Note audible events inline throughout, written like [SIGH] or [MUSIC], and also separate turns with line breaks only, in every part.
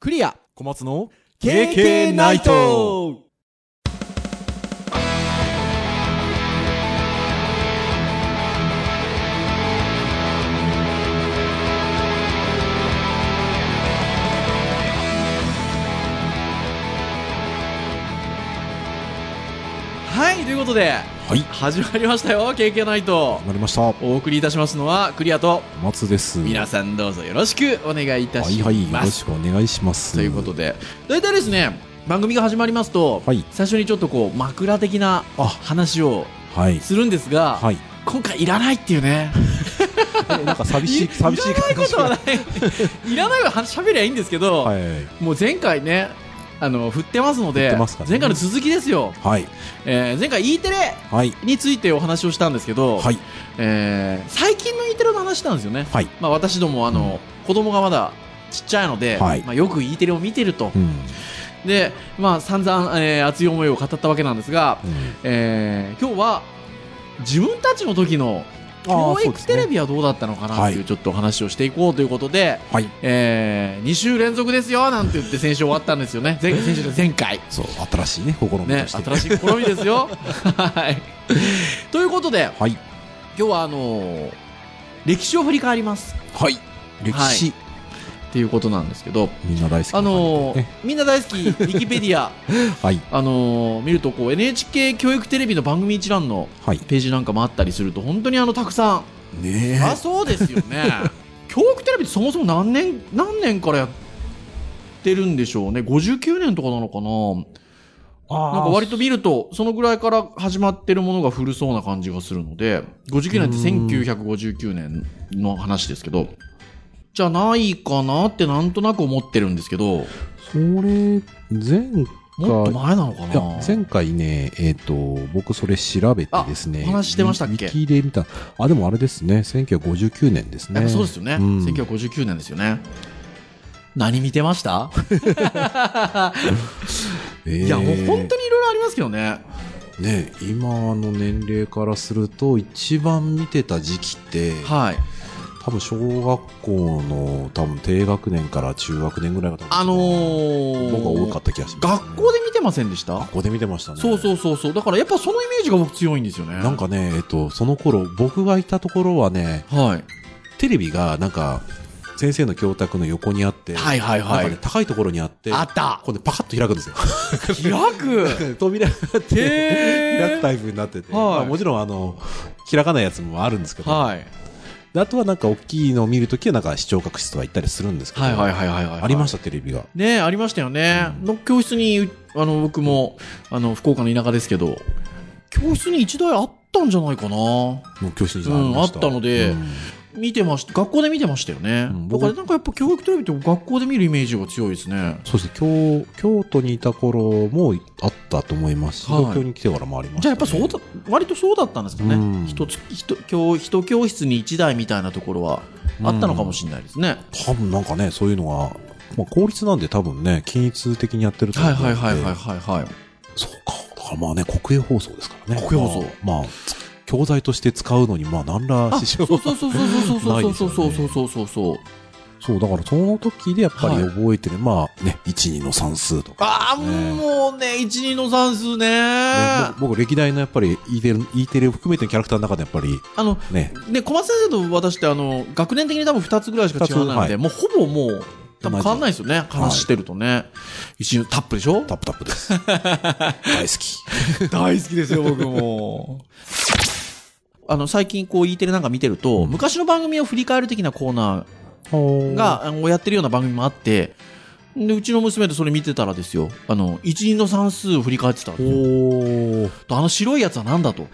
クリア
小松の
KK ナイトはいということで
はい
始まりましたよ KK ナイト
なりました
お送りいたしますのはクリアと
小松です
皆さんどうぞよろしくお願いいた
はい
します、
はいよろしくお願いします
ということで大体ですね番組が始まりますと、
はい
最初にちょっとこう枕的な
あ
話を
はい
するんですが、
はい
今回いらないっていうね
なんか寂しい寂しい
らな
感
いこ
じ
とはないいらないはしゃべりゃいいんですけど、
はいはい
もう前回ねあの振ってますの
振っ
で
てますからね
前回の続きですよ、
はい
えー前回 E テレ
はい
についてお話をしたんですけど、
はい
えー最近の E テレの話なんですよね、
はい
まあ、私どもあの、子供がまだちっちゃいので、
はい
まあ、よく E テレを見てると、
うん
で、まあ、散々、えー熱い思いを語ったわけなんですが、
うん
えー今日は自分たちの時の教
そうで
育
す
テ
ね
レビはどうだったのかなってい
は
う
い
ちょっとお話をしていこうということで、
はい
え2週連続ですよなんて言って先週終わったんですよね前先週で前回
そう新しいね試みと
ね
して
新しい試みですよはいということで
はい
今日はあのー歴史を振り返ります
はい歴史
っていうことなんですけど
みんな大好きな
あのー
感
みんな大好きウィキペディア
じではい
あのー見るとこう NHK 教育テレビの番組一覧の
はい
ページなんかもあったりすると本当にあのたくさん
ね
あそうですよ
[LAUGHS]
ね教育テレビってそもそも何年何年からやってるんでしょうね59年とかなのかな
な
なんか割と見るとそのぐらいから始まってるものが古そうな感じがするので59年って1959年の話ですけどじゃないかなってなんとなく思ってるんですけど
それ前
もっと
回
前なのか
いや
な
前回ね、えっ、と、僕それ調べてですね。
あお話ししてましたっけ
ウィキで見た。あ、でもあれですね。1959年です
やっ
ね。
ぱそうですよね、
うん
1959年ですよね何見てました、いやもう本当にいろいろありますけどね
に。ね、今の年齢からすると、一番見てた時期って、
はい
多分小学校の多分低学年から中学年ぐらいが多分
あのー、
僕は多かった気がします、
学校で見てませんでした
学校で見てましたね。
そうそうそうそうだからやっぱそのイメージが僕強いんですよね
なんかね、えっ、と、その頃、僕がいたところはね、
はい
テレビがなんか、先生の教託の横にあって、
はいはいは、
ないんかね、高いところにあって、
あった
これでパカッと開くんですよ。
開く
[LAUGHS] 扉があって、開く
へー
タイプになってて、
はい
まあもちろんあの、開かないやつもあるんですけど、
はい
であとはなんか大きいのを見るときはなんか視聴覚室とか行ったりするんですけど、
はいはいはいはいはい
ありましたた、テレビが。
ねありましたよね、
うん
の教室にあの僕もあの福岡の田舎ですけど教室に一台あったんじゃないかな
もう教室に
うん
ました
あったので
うん
見てました学校で見てましたよね、
うん
だ
僕
からなんかやっぱ教育テレビって学校で見るイメージが強いですね
そうですね、京京都にいた頃もあったと思いますし、
はい
東京に来てからもありまし
じ
た、
ゃあやっぱそうだ割とそうだったんですかね、
うん
一つ一教一教室に一台みたいなところはあったのかもしれないですね、
多分なんかね、そういうのが、まあ、効率なんで多分ね、均一的にやってると思
は
う
い
ので、
はいはいはいはいはい
そうか。だからまあね、国営放送ですからね。
国営放送
まあ、まあつ教材として使うのに、まあ、何ら
あ
支
そう
障
そう
は
そうそうそうそう
ない
そう
です
そ
よ
う
ね
そうそうそうそうそう
そう、だからその時でやっぱり
はい
覚えてる、まあね、1、2の算数とか。
ああ
ね
もうね一二の算数ね
ね、僕僕歴代のやっぱり E テレ E テレを含めてのキャラクターの中でやっぱり
あの
ね、
ね小松先生と私ってあの学年的に多分二つぐらいしか違わないので、
二つはい
もうほぼもう多分変わんないですよね
じ
話してるとね、一二タップでしょ
タップタップ [LAUGHS] です。大好き。
大好きですよ、僕も。 [LAUGHS] あの、最近こう E テレなんか見てると、
うん
昔の番組を振り返る的なコーナー
が、
が、あのやってるような番組もあって、で、うちの娘とそれ見てたらですよ、あの、一輪の算数を振り返ってたんですよ
おー。 [LAUGHS]
あの白いやつはなんだと。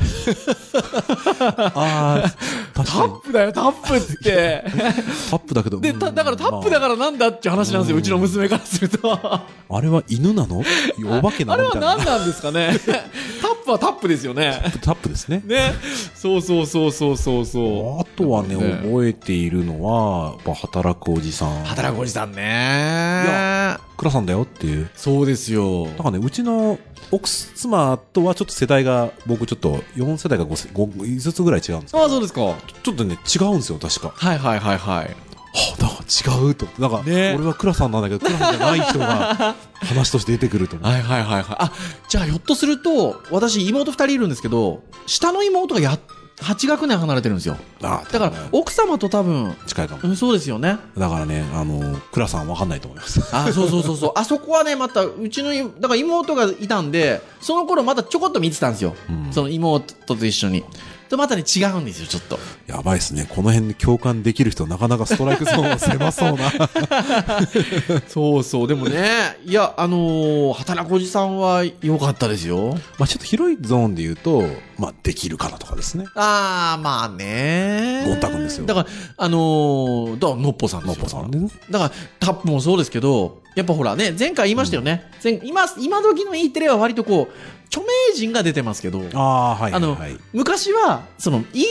あー、確かに。
プだよ、タップ [LAUGHS] って。
タップだけど。
で、ただからタップだ
ら。
からなんだって話なんですよ、
うん
うちの娘からする [LAUGHS] と。
あれは犬なのお化けな
あれ
のみ
は
たいな。
何なんですか [LAUGHS] ね。タップはタップですよね。
タップですね。
ね。そうそうそうそうそうそう。
あとはね、
ね
覚えているのは、やっぱ働くおじさん。
働くおじさんね
倉さんだよっていう。
そうですよ
だからね、うちの奥妻とはちょっと世代が、僕ちょっと4世代か 5, 世5つぐらい違うんですけ
あ
ど、
あそうですかは
ちょっとね、違うんですよ、確か。
いはいはいはい
あなんか違うと思ってなんか、
ね
俺は倉さんなんだけど倉さんじゃない人が話として出てくると思う
はいはいはいはい。あ、じゃあひょっとすると、私妹二人いるんですけど、下の妹がや、8学年離れてるんですよ。
あ
だか
多
ら
分ね、
奥様と多分、
近いかも
うん、そうですよね。
だからねあの倉さんわかんないと思います
あ、そうそうそうそう。 [LAUGHS] あそこはね、また、うちのい、だから妹がいたんで、その頃またちょこっと見てたんですよ。
うん
その妹と一緒に。とまたね、違うんですよ、ちょっと。
やばいですねこの辺で共感できる人なかなかストライクゾーンが狭そうな
[LAUGHS] そうそう、でもね、 [LAUGHS] いや、あのー働くおじさんは良かったですよ。
まあちょっと広いゾーンで言うと、まあ、できるかなとかですね
あー、まあね。
ゴンタ君ですよ
だから、あのー、だからのっぽさんです
の
よ
っぽさんでね
だから、タップもそうですけど、やっぱほらね、前回言いましたよね。前今、今時の E テレは割とこう、著名人が出てますけど、
ああーはい
あの
はいはい
昔は、その E テレ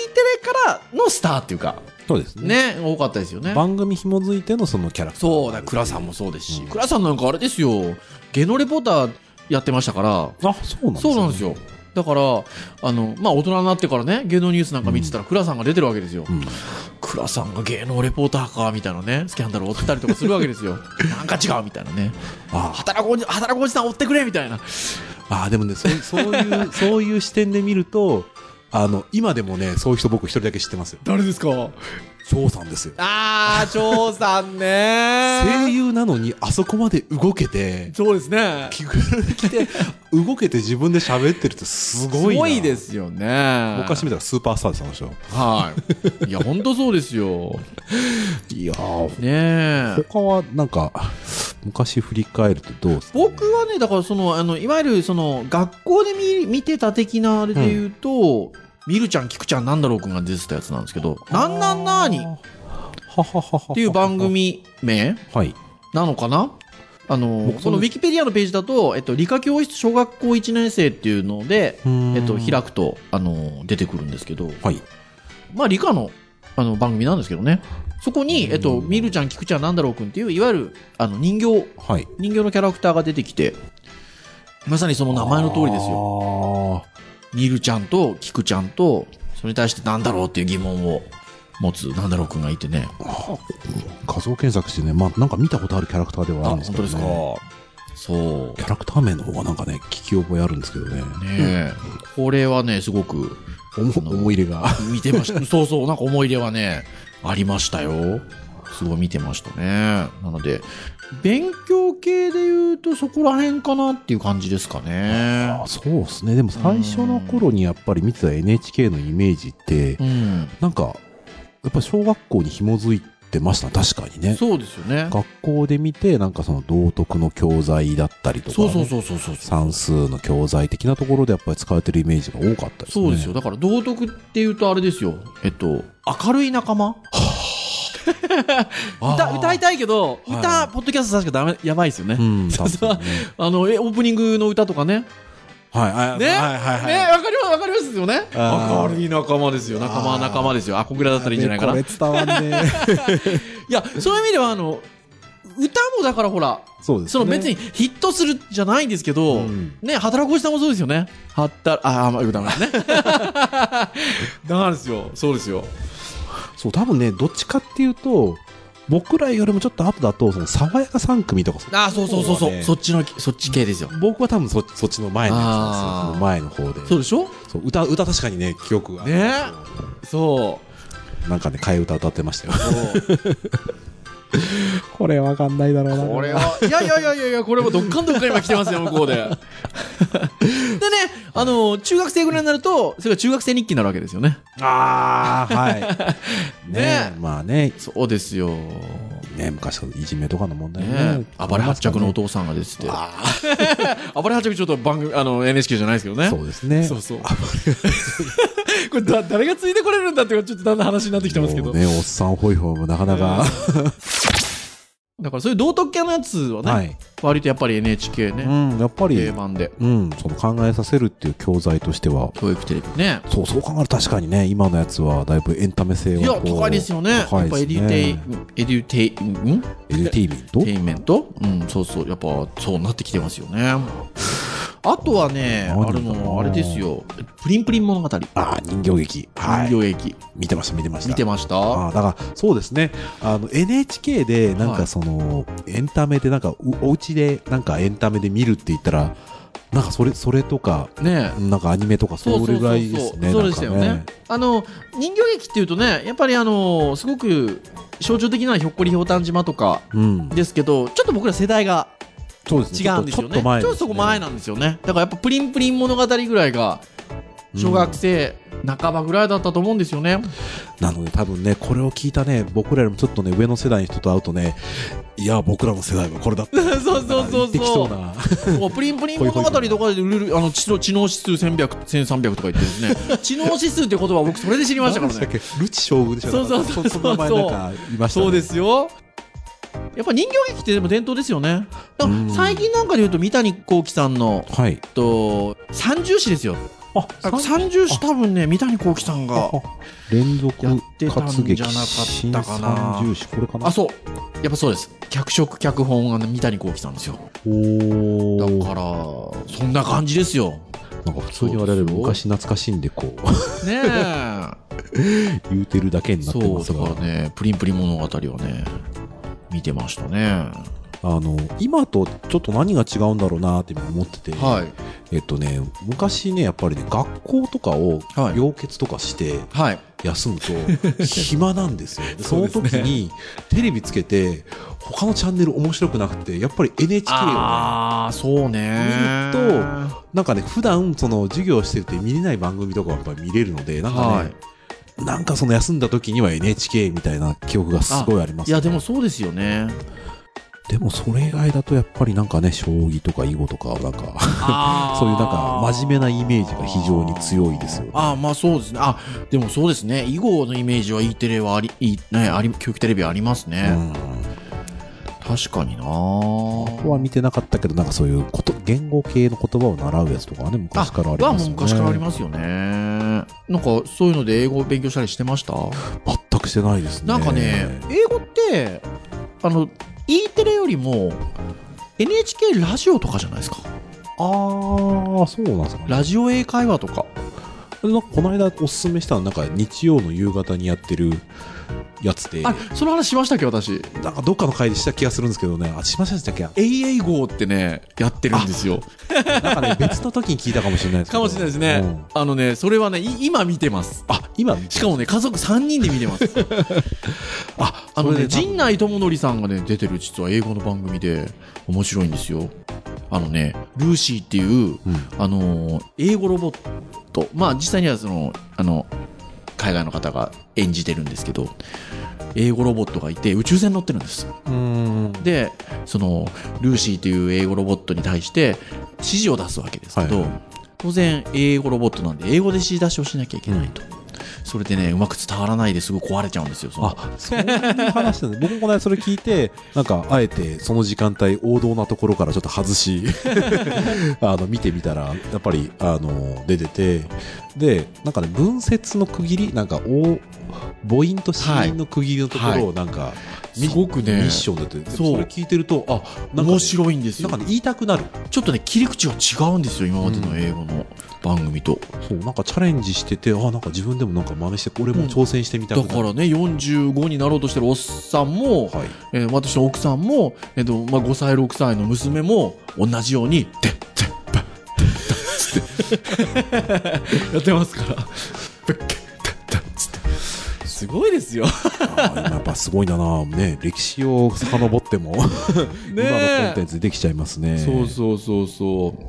からのスターっていうか、
そうですね
ね、多かったですよね。
番組紐づいてのそのキャラクター
そうだ、倉さんもそうですし、倉さんなんかあれですよ、芸能レポーターやってましたから、
あそうなんです
そうなんですすよ。だから、あの、まあ、大人になってからね、芸能ニュースなんか見てたら、倉さんが出てるわけですよ。
ん
倉さんが芸能レポーターか、みたいなね、スキャンダル追ってたりとかするわけです [LAUGHS] よ。なんか違う、みたいなね。
あ
働くおじ、働くおじさん追ってくれ、みたいな。
あでもねそうそういう
[LAUGHS]
そういう視点で見るとあの今でもねそういう人僕一人だけ知ってますよ
誰ですか
翔さんですよ
あー、張さんね
声優なのにあそこまで動け
[LAUGHS]
て
そうですね。
着ぐるみ着て動けて自分で喋ってるってすごいなす
ですよね。
昔見たらスーパースターですあの人
[LAUGHS] はい。いや、本当そうですよ。
いやー
ねえ。
他はなんか昔振り返るとどうですか、ね、
僕はね、だからその、あの、いわゆるその、学校で見見てた的なあれで言うと、みるちゃん、きくちゃん、なんだろうくんが出てたやつなんですけど、なんなんなーにっ
ははははは
ていう番組名
はい
なのかなあの、
僕
このウ
それ
ィキペディアのページだと、えっと、理科教室小学校1年生っていうので、え
え
っと、開くと、あの、出てくるんですけど、
はい
まあ、理科の、あの、番組なんですけどね。そこに、えっと、みるちゃん、きくちゃん、なんだろうくんっていう、いわゆる、あの、人形、
はい
人形のキャラクターが出てきて、まさにその名前の通りですよ。
よ
ミルちゃんとキクちゃんと、それに対してなんだろうっていう疑問を持つなんだろうくんがいてね。
画像検索してね、まあ、なんか見たことあるキャラクターではあるんですけど、ね、
そ
キャラクター名の方がなんかね、聞き覚えあるんですけどね。
う。ねえ。これはね、すごく
思思い入れが。
見てま
[LAUGHS]
した。そうそう、なんか思い入れはね、ありましたよ。すごい見てましたね。なので、勉強系で言うとそこら辺かなっていう感じですかね
あ。そうですね。でも最初の頃にやっぱり見てた NHK のイメージって
う、ん。
なんか、やっぱ小学校に紐づいてました、確かにね。
そうですよね。
学校で見て、なんかその道徳の教材だったりとかね、
そうそうそうそうそう。
算数の教材的なところでやっぱり使われてるイメージが多かったですね。
そうですよ。。だから道徳っていうとあれですよ。えっと、明るい仲 [LAUGHS] 間歌歌いたいけど、
はい
歌、ポッドキャスト確かダメ、やばいですよね。
うん、
そうそう
確かにね
あの、え、オープニングの歌とかね。
はい、あ
ね
はい、はい、はい
ね、。わかります、わかりますよね。
あー
明るい仲間ですよ。仲間は仲間ですよ。アコグラだったらいいんじゃないかな。
こ
い
れ伝わんねえ
や、そういう意味では、あの、歌もだからほら、
そうです
その別にヒットするじゃないんですけ
う
ど、
ん
ね、働くおじさんもそうですよね。はった、あー、まあ、ダメですね。 [LAUGHS] だからですよ。そうですよ。
そう多分ねどっちかっていうと僕らよりもちょっと後だとその爽やか3組とかそ
ああ、そうそうそうそう、
そうだね
そっちの、そっち系ですよ。
僕は多分そそっちの前のやつなんです
あー
よその前の方で
そうでしょ
そう歌歌確かにね記憶が
ねそ
なんかね替え歌歌ってましたよ
[LAUGHS] う。
これわかんないだろうな
これは、いやいやいやいやいや、これもどっかんどっかん今来てますよ、向こ [LAUGHS] うで。でね、あの、中学生ぐらいになると、それが中学生日記になるわけですよね。
ああはいね
[LAUGHS] ね
まあね
そうですよ。
ね昔のいじめとかの問題ね
ね暴れ八着のお父さんが出てて。 [LAUGHS] 暴れ八着ちょっと番組、あの、NHK じゃないですけどね。
そうですね
そうそう。 [LAUGHS] これだ、誰がついてこれるんだって、ちょっとだんだん話になってきてますけ
も
ど
う。ねおっさんホイホイもなかなか、
だからそういう道徳系のやつはね、
はい、
割とやっぱり NHK
う
ね、
ん、やっぱり、
定番で。
うん、その考えさせるっていう教材としては
教育テレビね。
そうそう考えると確かにね今のやつはだいぶエンタメ性はい
や、高いですよね。
高いです
やっぱエデ
ね
ュテイ、エデュテイ、ん
エデュテイメント
テイメントうん、そうそう。やっぱ、そうなってきてますよね。あとはね、
何
あるの、あれですよ。プリンプリン物語。人
ああ、人形劇。はい。
形劇。
見てました、見てました。
見てました
ああだからそうですねあの NHK でなん
は
か
い
その、エンタメでなんかうお家でなんかエンタメで見るって言ったらなんかそれそれとか
ねえ。
なんかアニメとかそれぐらいですね
そう
な
で
ん
し
か
たよねあの人形劇っていうとねやっぱりあのすごく象徴的なひょっこりひょうたん島とか
うん
ですけどちょっと僕ら世代が
そうです
違
ね
うんです
ちょ
よ
っ
ね
と前
ちょっとそこ前なんですよねだからやっぱプリンプリン物語ぐらいが小学生半ばぐらいだったと思うんですよね、
なので多分ねこれを聞いたね僕らよりもちょっとね上の世代の人と会うとねいや僕らの世代はこれだって
[LAUGHS] そうそうそう
言ってきそう
そ
な
うもうプリンプリン物語とかでルルあの知能知能指数1100 1300とか言ってるんですね [LAUGHS] 知能指数って言葉は僕それで知りましたか
[LAUGHS]
ら
何
ね
でしたっけルチ将軍でした
そうそうそうそう
そんな名前なんかいましたね
そうですよやっぱ人形劇ってでも伝統ですよねだから
うん
最近なんかで言うと三谷幸喜さんの
はい
えっと三重詩ですよ
あ
三重詩多分ね三谷幸喜さんが
連続
やってたん
活劇
じゃなか
新
ったかな
三重視これかな
あそうやっぱそうです脚色脚本がね三谷幸喜さんですよ
お
だ
お
からそんな感じですよ
なんか普通に我々も昔懐かしんでこう [LAUGHS]
ねえ
言うてるだけになっ
そ
てま
う
す
だ
が
からねプリンプリン物語はね見てましたね
あの今とちょっと何が違うんだろうなって今思ってて、
はい
えっとね昔ねやっぱりね学校とかを
はい
病欠とかして
はい
休む
[LAUGHS]
と暇なんですよ、でその
そう
時
ですね
にテレビつけて他のチャンネル面白くなくてやっぱり NHK をね
ああそうね
見るなんかね普段その授業してて見れない番組とかはやっぱり見れるのでなんかね、
はい
なんかその休んだ時には NHK みたいな記憶がすごいあります
いやでもそうですよね
でもそれ以外だとやっぱりなんかね将棋とか囲碁とかなんか [LAUGHS] そういうなんか真面目なイメージが非常に強いですよね
あーあーまあそうですねあでもそうですね囲碁のイメージは E テレはあり、いね、あり教育テレビはあります
う
ね、
ん
確かにな
ここは見てなかったけどなんかそういうこと言語系の言葉を習うやつとかはね昔からあり
は
ます
も
よ
う
ね
昔からありますよねなんかそういうので英語を勉強したりしてました、
全くしてないですね
なんかね英語ってあの E テレよりも NHK ラジオとかじゃないですか
ああそうなんですかね
ラジオ英会話とか
なんかこの間おすすめしたのなんか日曜の夕方にやってるやつで
あその話しましたっけ私
なんかどっかの回でした気がするんですけどねあしませんでしたっけ
AA 号ってねやってるんですよ
なんかね、別の時に聞いたかもしれないですけ
[LAUGHS] か
ど
もしれないですね、
うん
あのねそれはねい今見てます
あ、今、
しかもね家族3人で見てます
[LAUGHS] あ、
あのね
それで
陣内智則さんがね出てる実は英語の番組で面白いんですよあのねルーシーっていう、
うん
あのー英語ロボットまあ実際にはそのあの海外の方が演じてるんですけど英語ロボットがいて宇宙船乗ってるんです
うーん。
でそのルーシーという英語ロボットに対して指示を出すわけですけど、
はいはい
当然英語ロボットなんで英語で指示出しをしなきゃいけないと、それでねうまく伝わらないですごい壊れちゃうんですよその
あ、そういう話
[LAUGHS]
なんで、僕もこの間それ聞いて、なんか、あえて、その時間帯、王道なところからちょっと外
[LAUGHS]
し、あの、見てみたら、やっぱり、あの、出てて、で、なんかね、文節の区切り、なんか、お、母音と子音の区切りのところを、なんか、み
すごくね
ミッションだって、でも
そう
それ聞いてると、あ、なんかね
面白いんです
な
よ
んかね、言いたくなる。
ちょっとね切り口が違うんですよ今までの英語の番組と、
そう、なんかチャレンジしてて、あ、なんか自分でもなんか真似して、俺も挑戦してみたくな
だ
る。
からね45になろうとしてるおっさんも、
はい。
えー私の奥さんも、えーとまあ、5歳6歳の娘も同じように「てってばって [LAUGHS] って」つってやってますから「ぶっけてって」つってすごいですよ。
あー今やっぱすごいんだな、ね、歴史を遡って [LAUGHS] も今のコンテンツでできちゃいますね。
そうそうそうそう。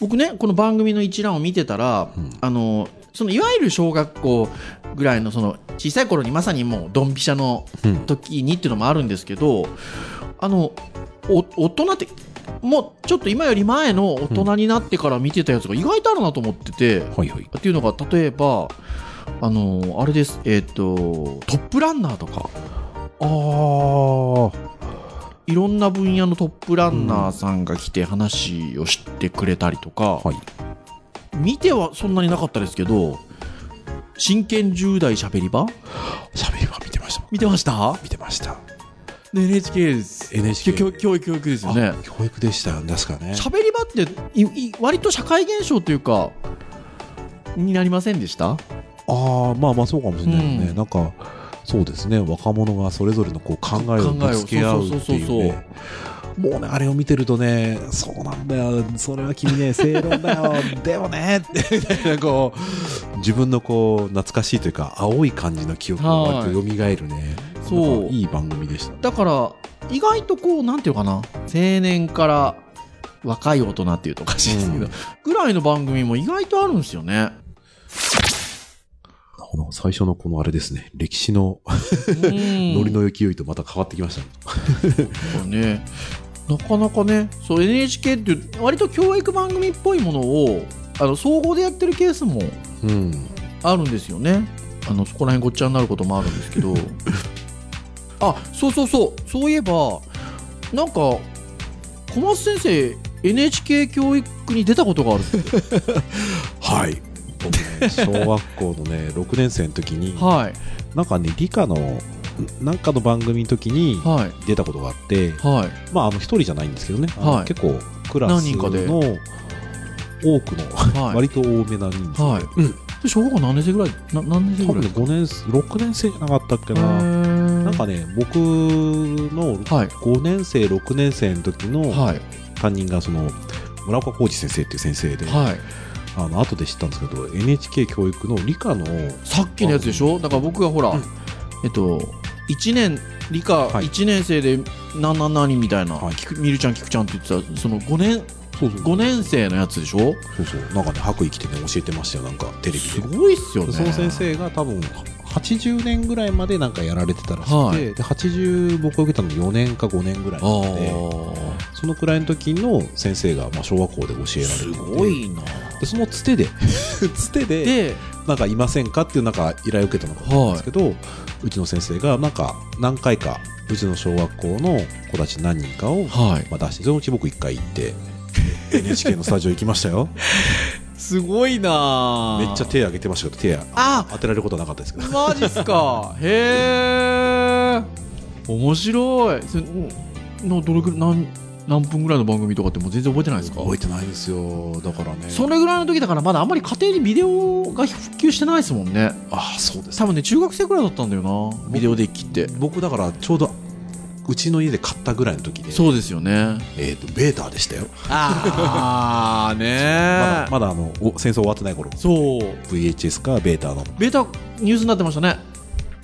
僕ねこの番組の一覧を見てたら、あのそのいわゆる小学校ぐらいのその小さい頃にまさにもうドンピシャの
うん
時にっていうのもあるんですけど、あのお大人ってもうちょっと今より前の大人になってから見てたやつが意外とあるなと思ってて、っ
はいはい。
ていうのが例えばあのあれですえっ、とトップランナーとか
ああ、
いろんな分野のトップランナーさんが来て話をしてくれたりとか、
はい。
見てはそんなになかったですけど真剣10代しゃべり場
喋りは見てました。
見てました
見てました。
で NHK です。
NHK
教教育教育ですよね
あ。教育でしたよね、確かね。
喋り場っていい割と社会現象というかになりませんでし
あ
た
あ、まあまあそうかもしれないよね。
うん
なんか、そうですね。若者がそれぞれのこう考えをぶつけ合うっていう
考えをそうそうそうそう
ね。もうね、あれを見てるとね、そうなんだよ。それは君
[LAUGHS]
ね、正論だよ。でもね、って、みたいなこう、自分のこう、懐かしいというか、青い感じの記憶が
は
割と
い
蘇るね。
そう
なんかいい番組でした。
だから意外とこうなんていうのかな青年から若い大人っていうとおかしいですけど、
うん
ぐらいの番組も意外とあるんですよね。
この最初のこのあれですね、歴史のノ
[LAUGHS] ノ
リの勢いとまた変わってきましたね。
ねなかなかねそう NHK って割と教育番組っぽいものをあの総合でやってるケースも
うん。
あるんですよねあのそこら辺ごっちゃになることもあるんです [LAUGHS] けどあそうそうそうそういえばなんか小松先生 NHK 教育に出たことがあ [LAUGHS] るって
はい。僕ね、小学校のね、6年生の時
[LAUGHS]
に、
はい
なんかね、理科の、なんかの番組の時に
はい
出たことがあって、
はい
まあ、あの、一人じゃないんですけどね、あの
はい
結構、クラスの
何人かで
多くの、
はい
割と多めな人数で、
はいで小学校何年生ぐらいな何年生
多
ぐ
分
ら
ね、5
い
年生、6年生じゃなかったっけな。
な
なんかね、僕の
はい
5年生、6年生の時の
はい
担任が、その、村岡浩二先生っていう先生で、
はい
あの後で知ったんですけど NHK 教育の理科の
さっきのやつでしょだから僕がほら、
うん
えっと1年理科
はい
1年生で何何何みたいな、
はい
きくみるちゃんきくちゃんって言ってたその5年
そうそう
5年生のやつでしょ
そうそうなんかね白衣着てね教えてましたよなんかテレビ
す
で。
ごいっすよね
その先生が多分80年ぐらいまでなんかやられてたらしくて、
はい
で80僕が受けたの4年か5年ぐらい
あ
なので
ー
そのくらいの時の先生がまあ小学校で教えられてて
すごいな
でそのつてでつてで
で
なんかいませんかっていうなんか依頼を受けたのかなんですけど、うちの先生がなんか何回かうちの小学校の子たち何人かを
はい
まあ、出してそのうち僕一回行って NHK のスタジオ行きましたよ
すごいな
めっちゃ手挙げてましたけど手
あ
当てられることはなかったですけど
マジっすかへえ面白いそれのどれくらい何何分ぐらいの番組とかってもう全然覚えてないですか
覚えてないんですよだからね
それぐらいの時だからまだあんまり家庭にビデオが普及してないですもんね
ああそうです
多分ね中学生ぐらいだったんだよなビデオデッキって
僕だからちょうどうちの家で買ったぐらいの時で
そうですよね
えー、とベータでしたよ
ああね
まだまだあのお戦争終わってない頃
そう
VHS かベータの
ベータニュースになってましたね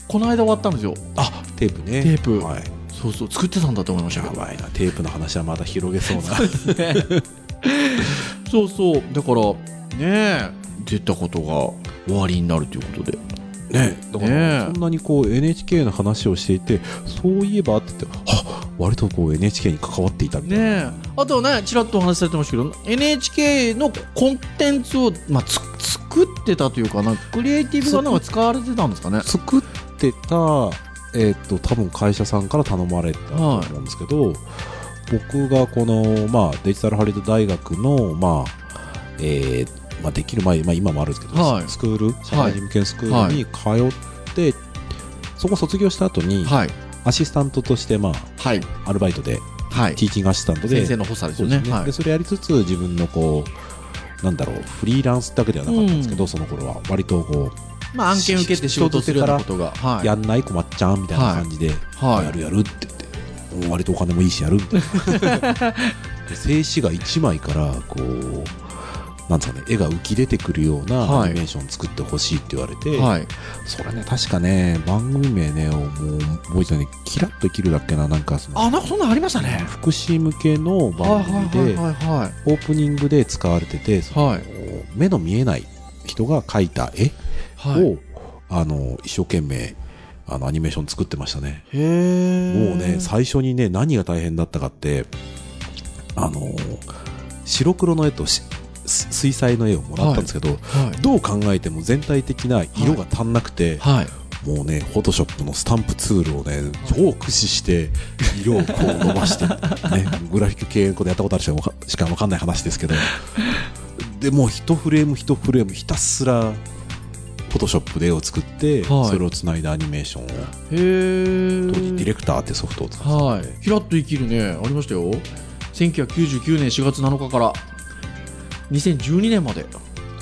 この間終わったんですよ
あテープね
テープ
はい、
そうそう作ってたんだと思いました
や
けど
ばいなテープの話はまだ広げそうな
そうそうだからねえ出たことが終わりになるということで
ねだか
ね
ら
え
そんなにこう NHK の話をしていてそういえばって言ってあ割とこう NHK に関わっていたみたいな、
ねえあとねちらっとお話しされてましたけど NHK のコンテンツを、まあ、つ作ってたというかなんかクリエイティブがなんか使われてたんですかね
作ってた、えー、と多分会社さんから頼まれたと思うんですけど、僕がこの、まあ、デジタルハリウッド大学の、まあえーまあ、できる前、まあ、今もあるんですけど、
はい
スクール社会人向けのスクールに通って、そこ卒業した後に、
はい
アシスタントとして、ま
はい
あ、アルバイトで
はい
ティーチングアシスタントで
先生の補佐です
そう
よ
で
ね
すね
はい
でそれやりつつ自分のこうなんだろうフリーランスだけではなかったんですけど、その頃は割とこ
まあ、案件受けて仕事するようなことがは
う、
い
やんない困っちゃうみたいな感じで、
はい
やるやるって言ってもう割とお金もいいしやるみたい
[LAUGHS]
なで静止画1枚からこうなんですかね絵が浮き出てくるような
は
ア
い
ニメーション作ってほしいって言われて、
はい
それね確かね番組名ねもう覚えてないキラッと生きるだっけななんかその
あなんかそんなのありましたね
福祉向けの
は
番組で
いはいはいは
オープニングで使われてて、
いはい
目の見えない人が描いた絵
はいはい
を、あの一生懸命あのアニメーション作ってましたね。
へえ
もうね最初にね何が大変だったかってあの白黒の絵としす水彩の絵をもらったんですけど、
はい
どう考えても全体的な色が足んなくて、
はい
もうねフォトショップのスタンプツールをね超駆使して色をこう伸ばして、
[LAUGHS]
ね、グラフィック系のことやったことある人しか分かんない話ですけどでもう一フレーム一フレームひたすらフォフォトショップで絵を作って、
はい
それをつないだアニメーションを
へ
当時ディ
ー
レクターってソフトを使って
はいひらっと生きるねありましたよ1999年4月7日から2012年まで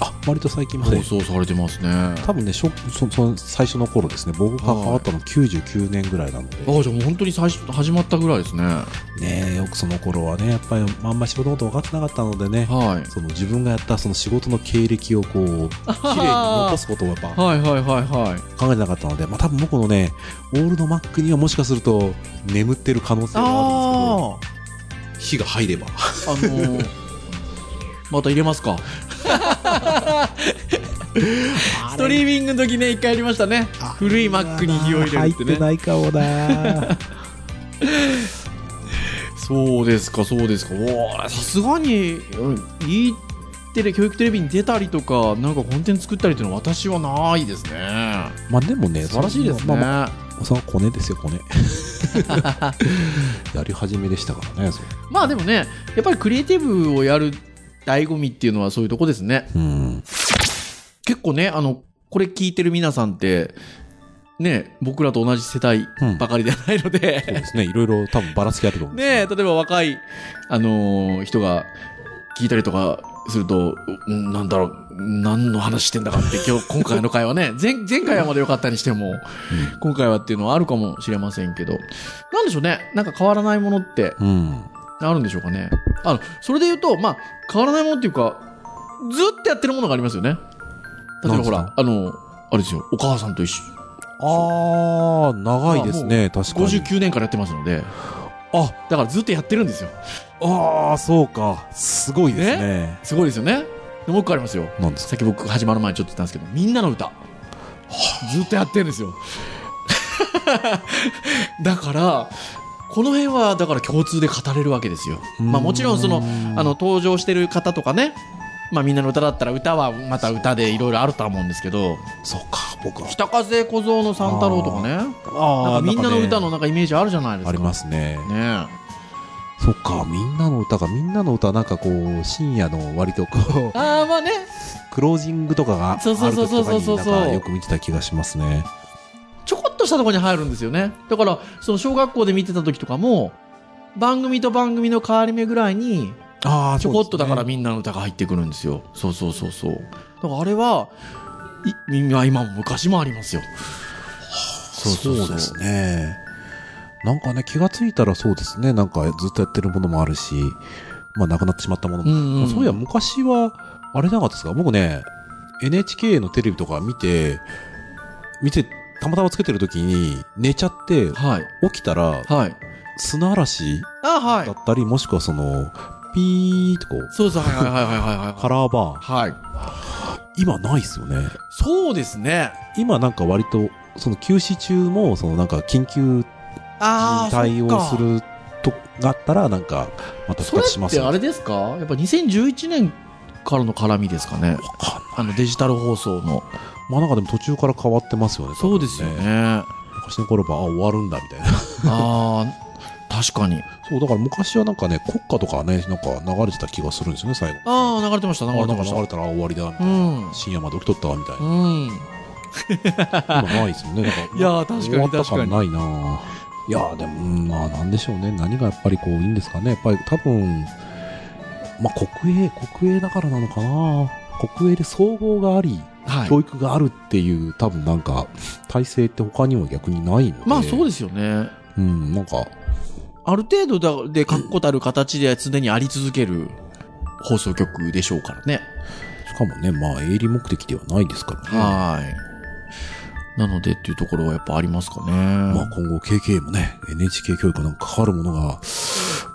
あ割と最近まで
放送されてますねあ
多分ねしょそその最初の頃ですね僕が関わったの99年ぐらいなので、
じゃあもう本当に最初始まったぐらいですねは
ねえよくその頃はねやっぱりあんま仕事のこと分かってなかったのでね、
い
その自分がやったその仕事の経歴をこう綺麗に残すことをやっぱ
はいはいはいはい
考えてなかったので、まあ、多分僕のねオールドマックにはもしかすると眠ってる可能性はあるん
あ
ですけど火が入れば
ああのーまた入れますかストリーミングの時ね一回やりましたね古い Mac に火を入れるってね
ないかも [LAUGHS] な
そうですか、そうですか。おーさすがに、うん、いいテレ、教育テレビに出たりとか、なんかコンテンツ作ったりっていうのは私はないですね。
まあでもね
素晴らしいです
ま
ね。
あまあ、そのコネですよコ [LAUGHS] ネやり始めでしたからねそれ
まあでもね、やっぱりクリエイティブをやる醍醐味っていうのはそういうとこですね。
うん
結構ね、あの、これ聞いてる皆さんって、ね、僕らと同じ世代
うん
ばかりではないので、
そうですねいろいろ多分ばらつきあると思うんです
ねえ、例えば若い、あのー人が聞いたりとかすると、うんなんだろう、何の話してんだかって、今日、今回の会はね、 [LAUGHS] 前、前回はまだ良かったにしても、今回はっていうのはあるかもしれませんけど、なんでしょうね、なんか変わらないものって
うん
あるんでしょうかね。あの、それで言うと、まあ、変わらないものっていうか、ずっとやってるものがありますよね。例えばほ
なんで
ら
す、
あの、あれですよ、お母さんと一緒、
あー長いですね確かに
59年からやってますので、
あ
だからずっとやってるんですよ。
ああそうかすごいですね
すごいですよね。でもう一個ありますよ。
なんですか
さっき僕始まる前にちょっと言ったんですけど、みんなの歌。ずっとやってるんですよ。 [LAUGHS] だから、この辺はだから共通で語れるわけですよ。まあもちろんその、あの登場してる方とかね、まあみんなの歌だったら歌はまた歌でいろいろあるとは思うんですけど、
そうか僕は
北風小僧の三太郎とかね、なん
あ
かみんなの歌
ね
のなんかイメージあるじゃないですか。
ありますね
ね
そっかみんなの歌がみんなの歌なんかこう深夜の割とこう
ああまあね、
クロージングとかがある
そう
時
そうそうそ
と
うそう
か
そう
になんかよく見てた気がしますね
ちょこっとしたところに入るんですよね。だから、その小学校で見てた時とかも、番組と番組の変わり目ぐらいに、
ああ
ちょこっとだから
み
みんなの歌が入ってくるんですよ。そうそうそうそう。だからあれは、い今今も昔もありますよ。そ
そうですねなんかね気がついたらそうですねなんかずっとやってるものもあるしまあなくなってしまったものも
うんうん
そういや、昔は、あれなかったですか僕ね、NHK のテレビとか見て、見て、たまたまつけてる時に、寝ちゃって、
はい。
起きたら、
はい。
砂嵐
あ、は
だ
い。
ったり、もしくはその、ピーってこう、
そうそう、はいはいはいはい [LAUGHS] はい
カラーバー。
はい。はい。
今ないですよね。
そうですね。
今なんか割と、その休止中も、そのなんか緊急に
ああ、
対応すると、があったら、なんか、また
そ
復活
っか。そ
し
れ
ま
っ
す
て
よ
あれですかやっぱ2011年からの絡みですかね。
わかんない
あのデジタル放送の。
まあなんかでも途中から変わってますよね。
そうですよ
多分。
ね。
昔の頃は、あ、終わるんだ、みたい
[LAUGHS]
な。
ああ、確かに。
そう、だから昔はなんかね、国歌とかね、なんか流れてた気がするんですよね、最後。
ああ、流れてました、流
あ、
れ
な
て
んか
まし
流れ
た。
たらあ終わり
[LAUGHS]
だ、みた
う
いな。
ん。
深夜まで起きとったわみたいな。
うん。
今ないですよね。なんか
いやー確かに
終わった
確か
感
に
ないなぁいやーでも、うんまあなんでしょうね。何がやっぱりこういいんですかね。やっぱり多分、まあ国営、国営だからなのかな国営で総合があり、
はい。
教育があるっていう、多分なんか、体制って他にも逆にないので。
まあそう
で
ですよね。
す。うん、なんか、
ある程度だで確固たる形で常にあり続ける放送局でしょうからね。
しかもね、まあ営利目的ではないですからね。
はい。なのでっていうところはやっぱありますかね。
まあ、今後 KK もね、NHK 教育なんか関わるものが、ま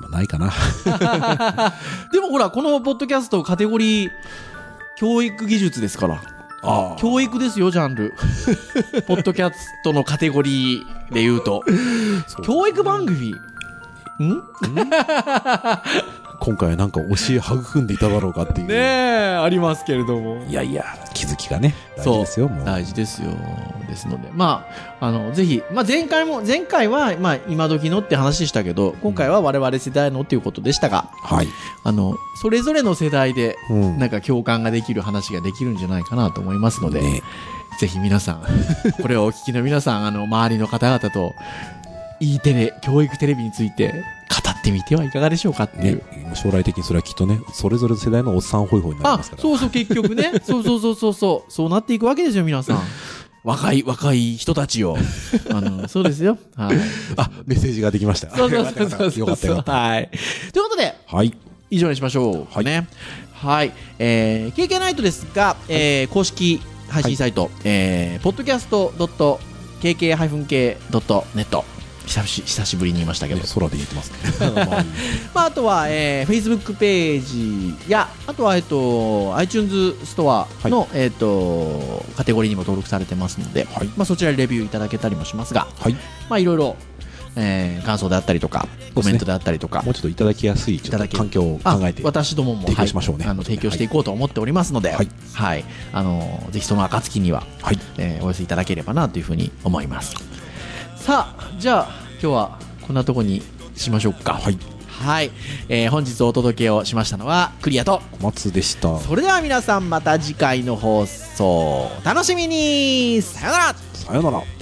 あ、ないかな。
でもほら、このポッドキャストカテゴリー、教育技術ですから。
あー
教育ですよ、ジャ
[LAUGHS]
ンル。ポッドキャストのカテゴリーで言うと。
そう
教育番組。ん
今回はなんか教え育んでいただろうかっていう。
ねえ、ありますけれども。
いやいや、気づきがね、大
そう
事ですよ、もう。
大事ですよ。ですので、まあ、あの、ぜひ、まあ、前回も、前回は、まあ、今時のって話でしたけど、今回は我々世代のっていうことでしたが、
はい。
あの、それぞれの世代で、
うん
なんか共感ができる話ができるんじゃないかなと思いますので、
ね
ぜひ皆さん、 [LAUGHS] これをお聞きの皆さん、あの、周りの方々と、E テレ、教育テレビについて語ってみてはいかがでしょうかっていう。
ね、将来的にそれはきっとね、それぞれの世代のおっさんホイホイになり
あ
ますか、ら。
そうそう、結局 [LAUGHS] ね。そうそうそうそうそう。そうなっていくわけですよ、皆さん。 [LAUGHS] 若い、若い人たちを。 [LAUGHS] あの、そうですよ。はい。
あ、メッセージができました。
そうそうそうそうそう。
[LAUGHS] よかったよかった。
はい。ということで、
はい。
以上にしましょう。
はい
ね。はい。えー、KK ナイトですが、えー、公式配信サイト、えー、podcast.kk-k.net。久し久しぶりに言いましたけど
ね。空で言ってますね。まあい
[LAUGHS]
い
まあ、あとは、えー、Facebook ページや、あとは、えっと、iTunes ストアの、えっと、カテゴリーにも登録されてますので、
はい
まあ、そちらでレビューいただけたりもしますが、
はい。
まあ、いろいろ、えー感想であったりとか、コメントであったりとか
も、うちょっといただきやすい、ちょ
いた
っ
だ
と
け
環境を考えて。
あ私どもも
提供しましょうね
はいあの提供していこうと思っておりますので、は
はい
いあのぜひその暁には、
はい。
えーお寄せいただければなというふうに思いますさあじゃあ今日はこんなとこにしましょうか
はい。
はい、えー本日お届けをしましたのはクリアと
小松でした。
それでは皆さんまた次回の放送お楽しみにさよなら
さよなら。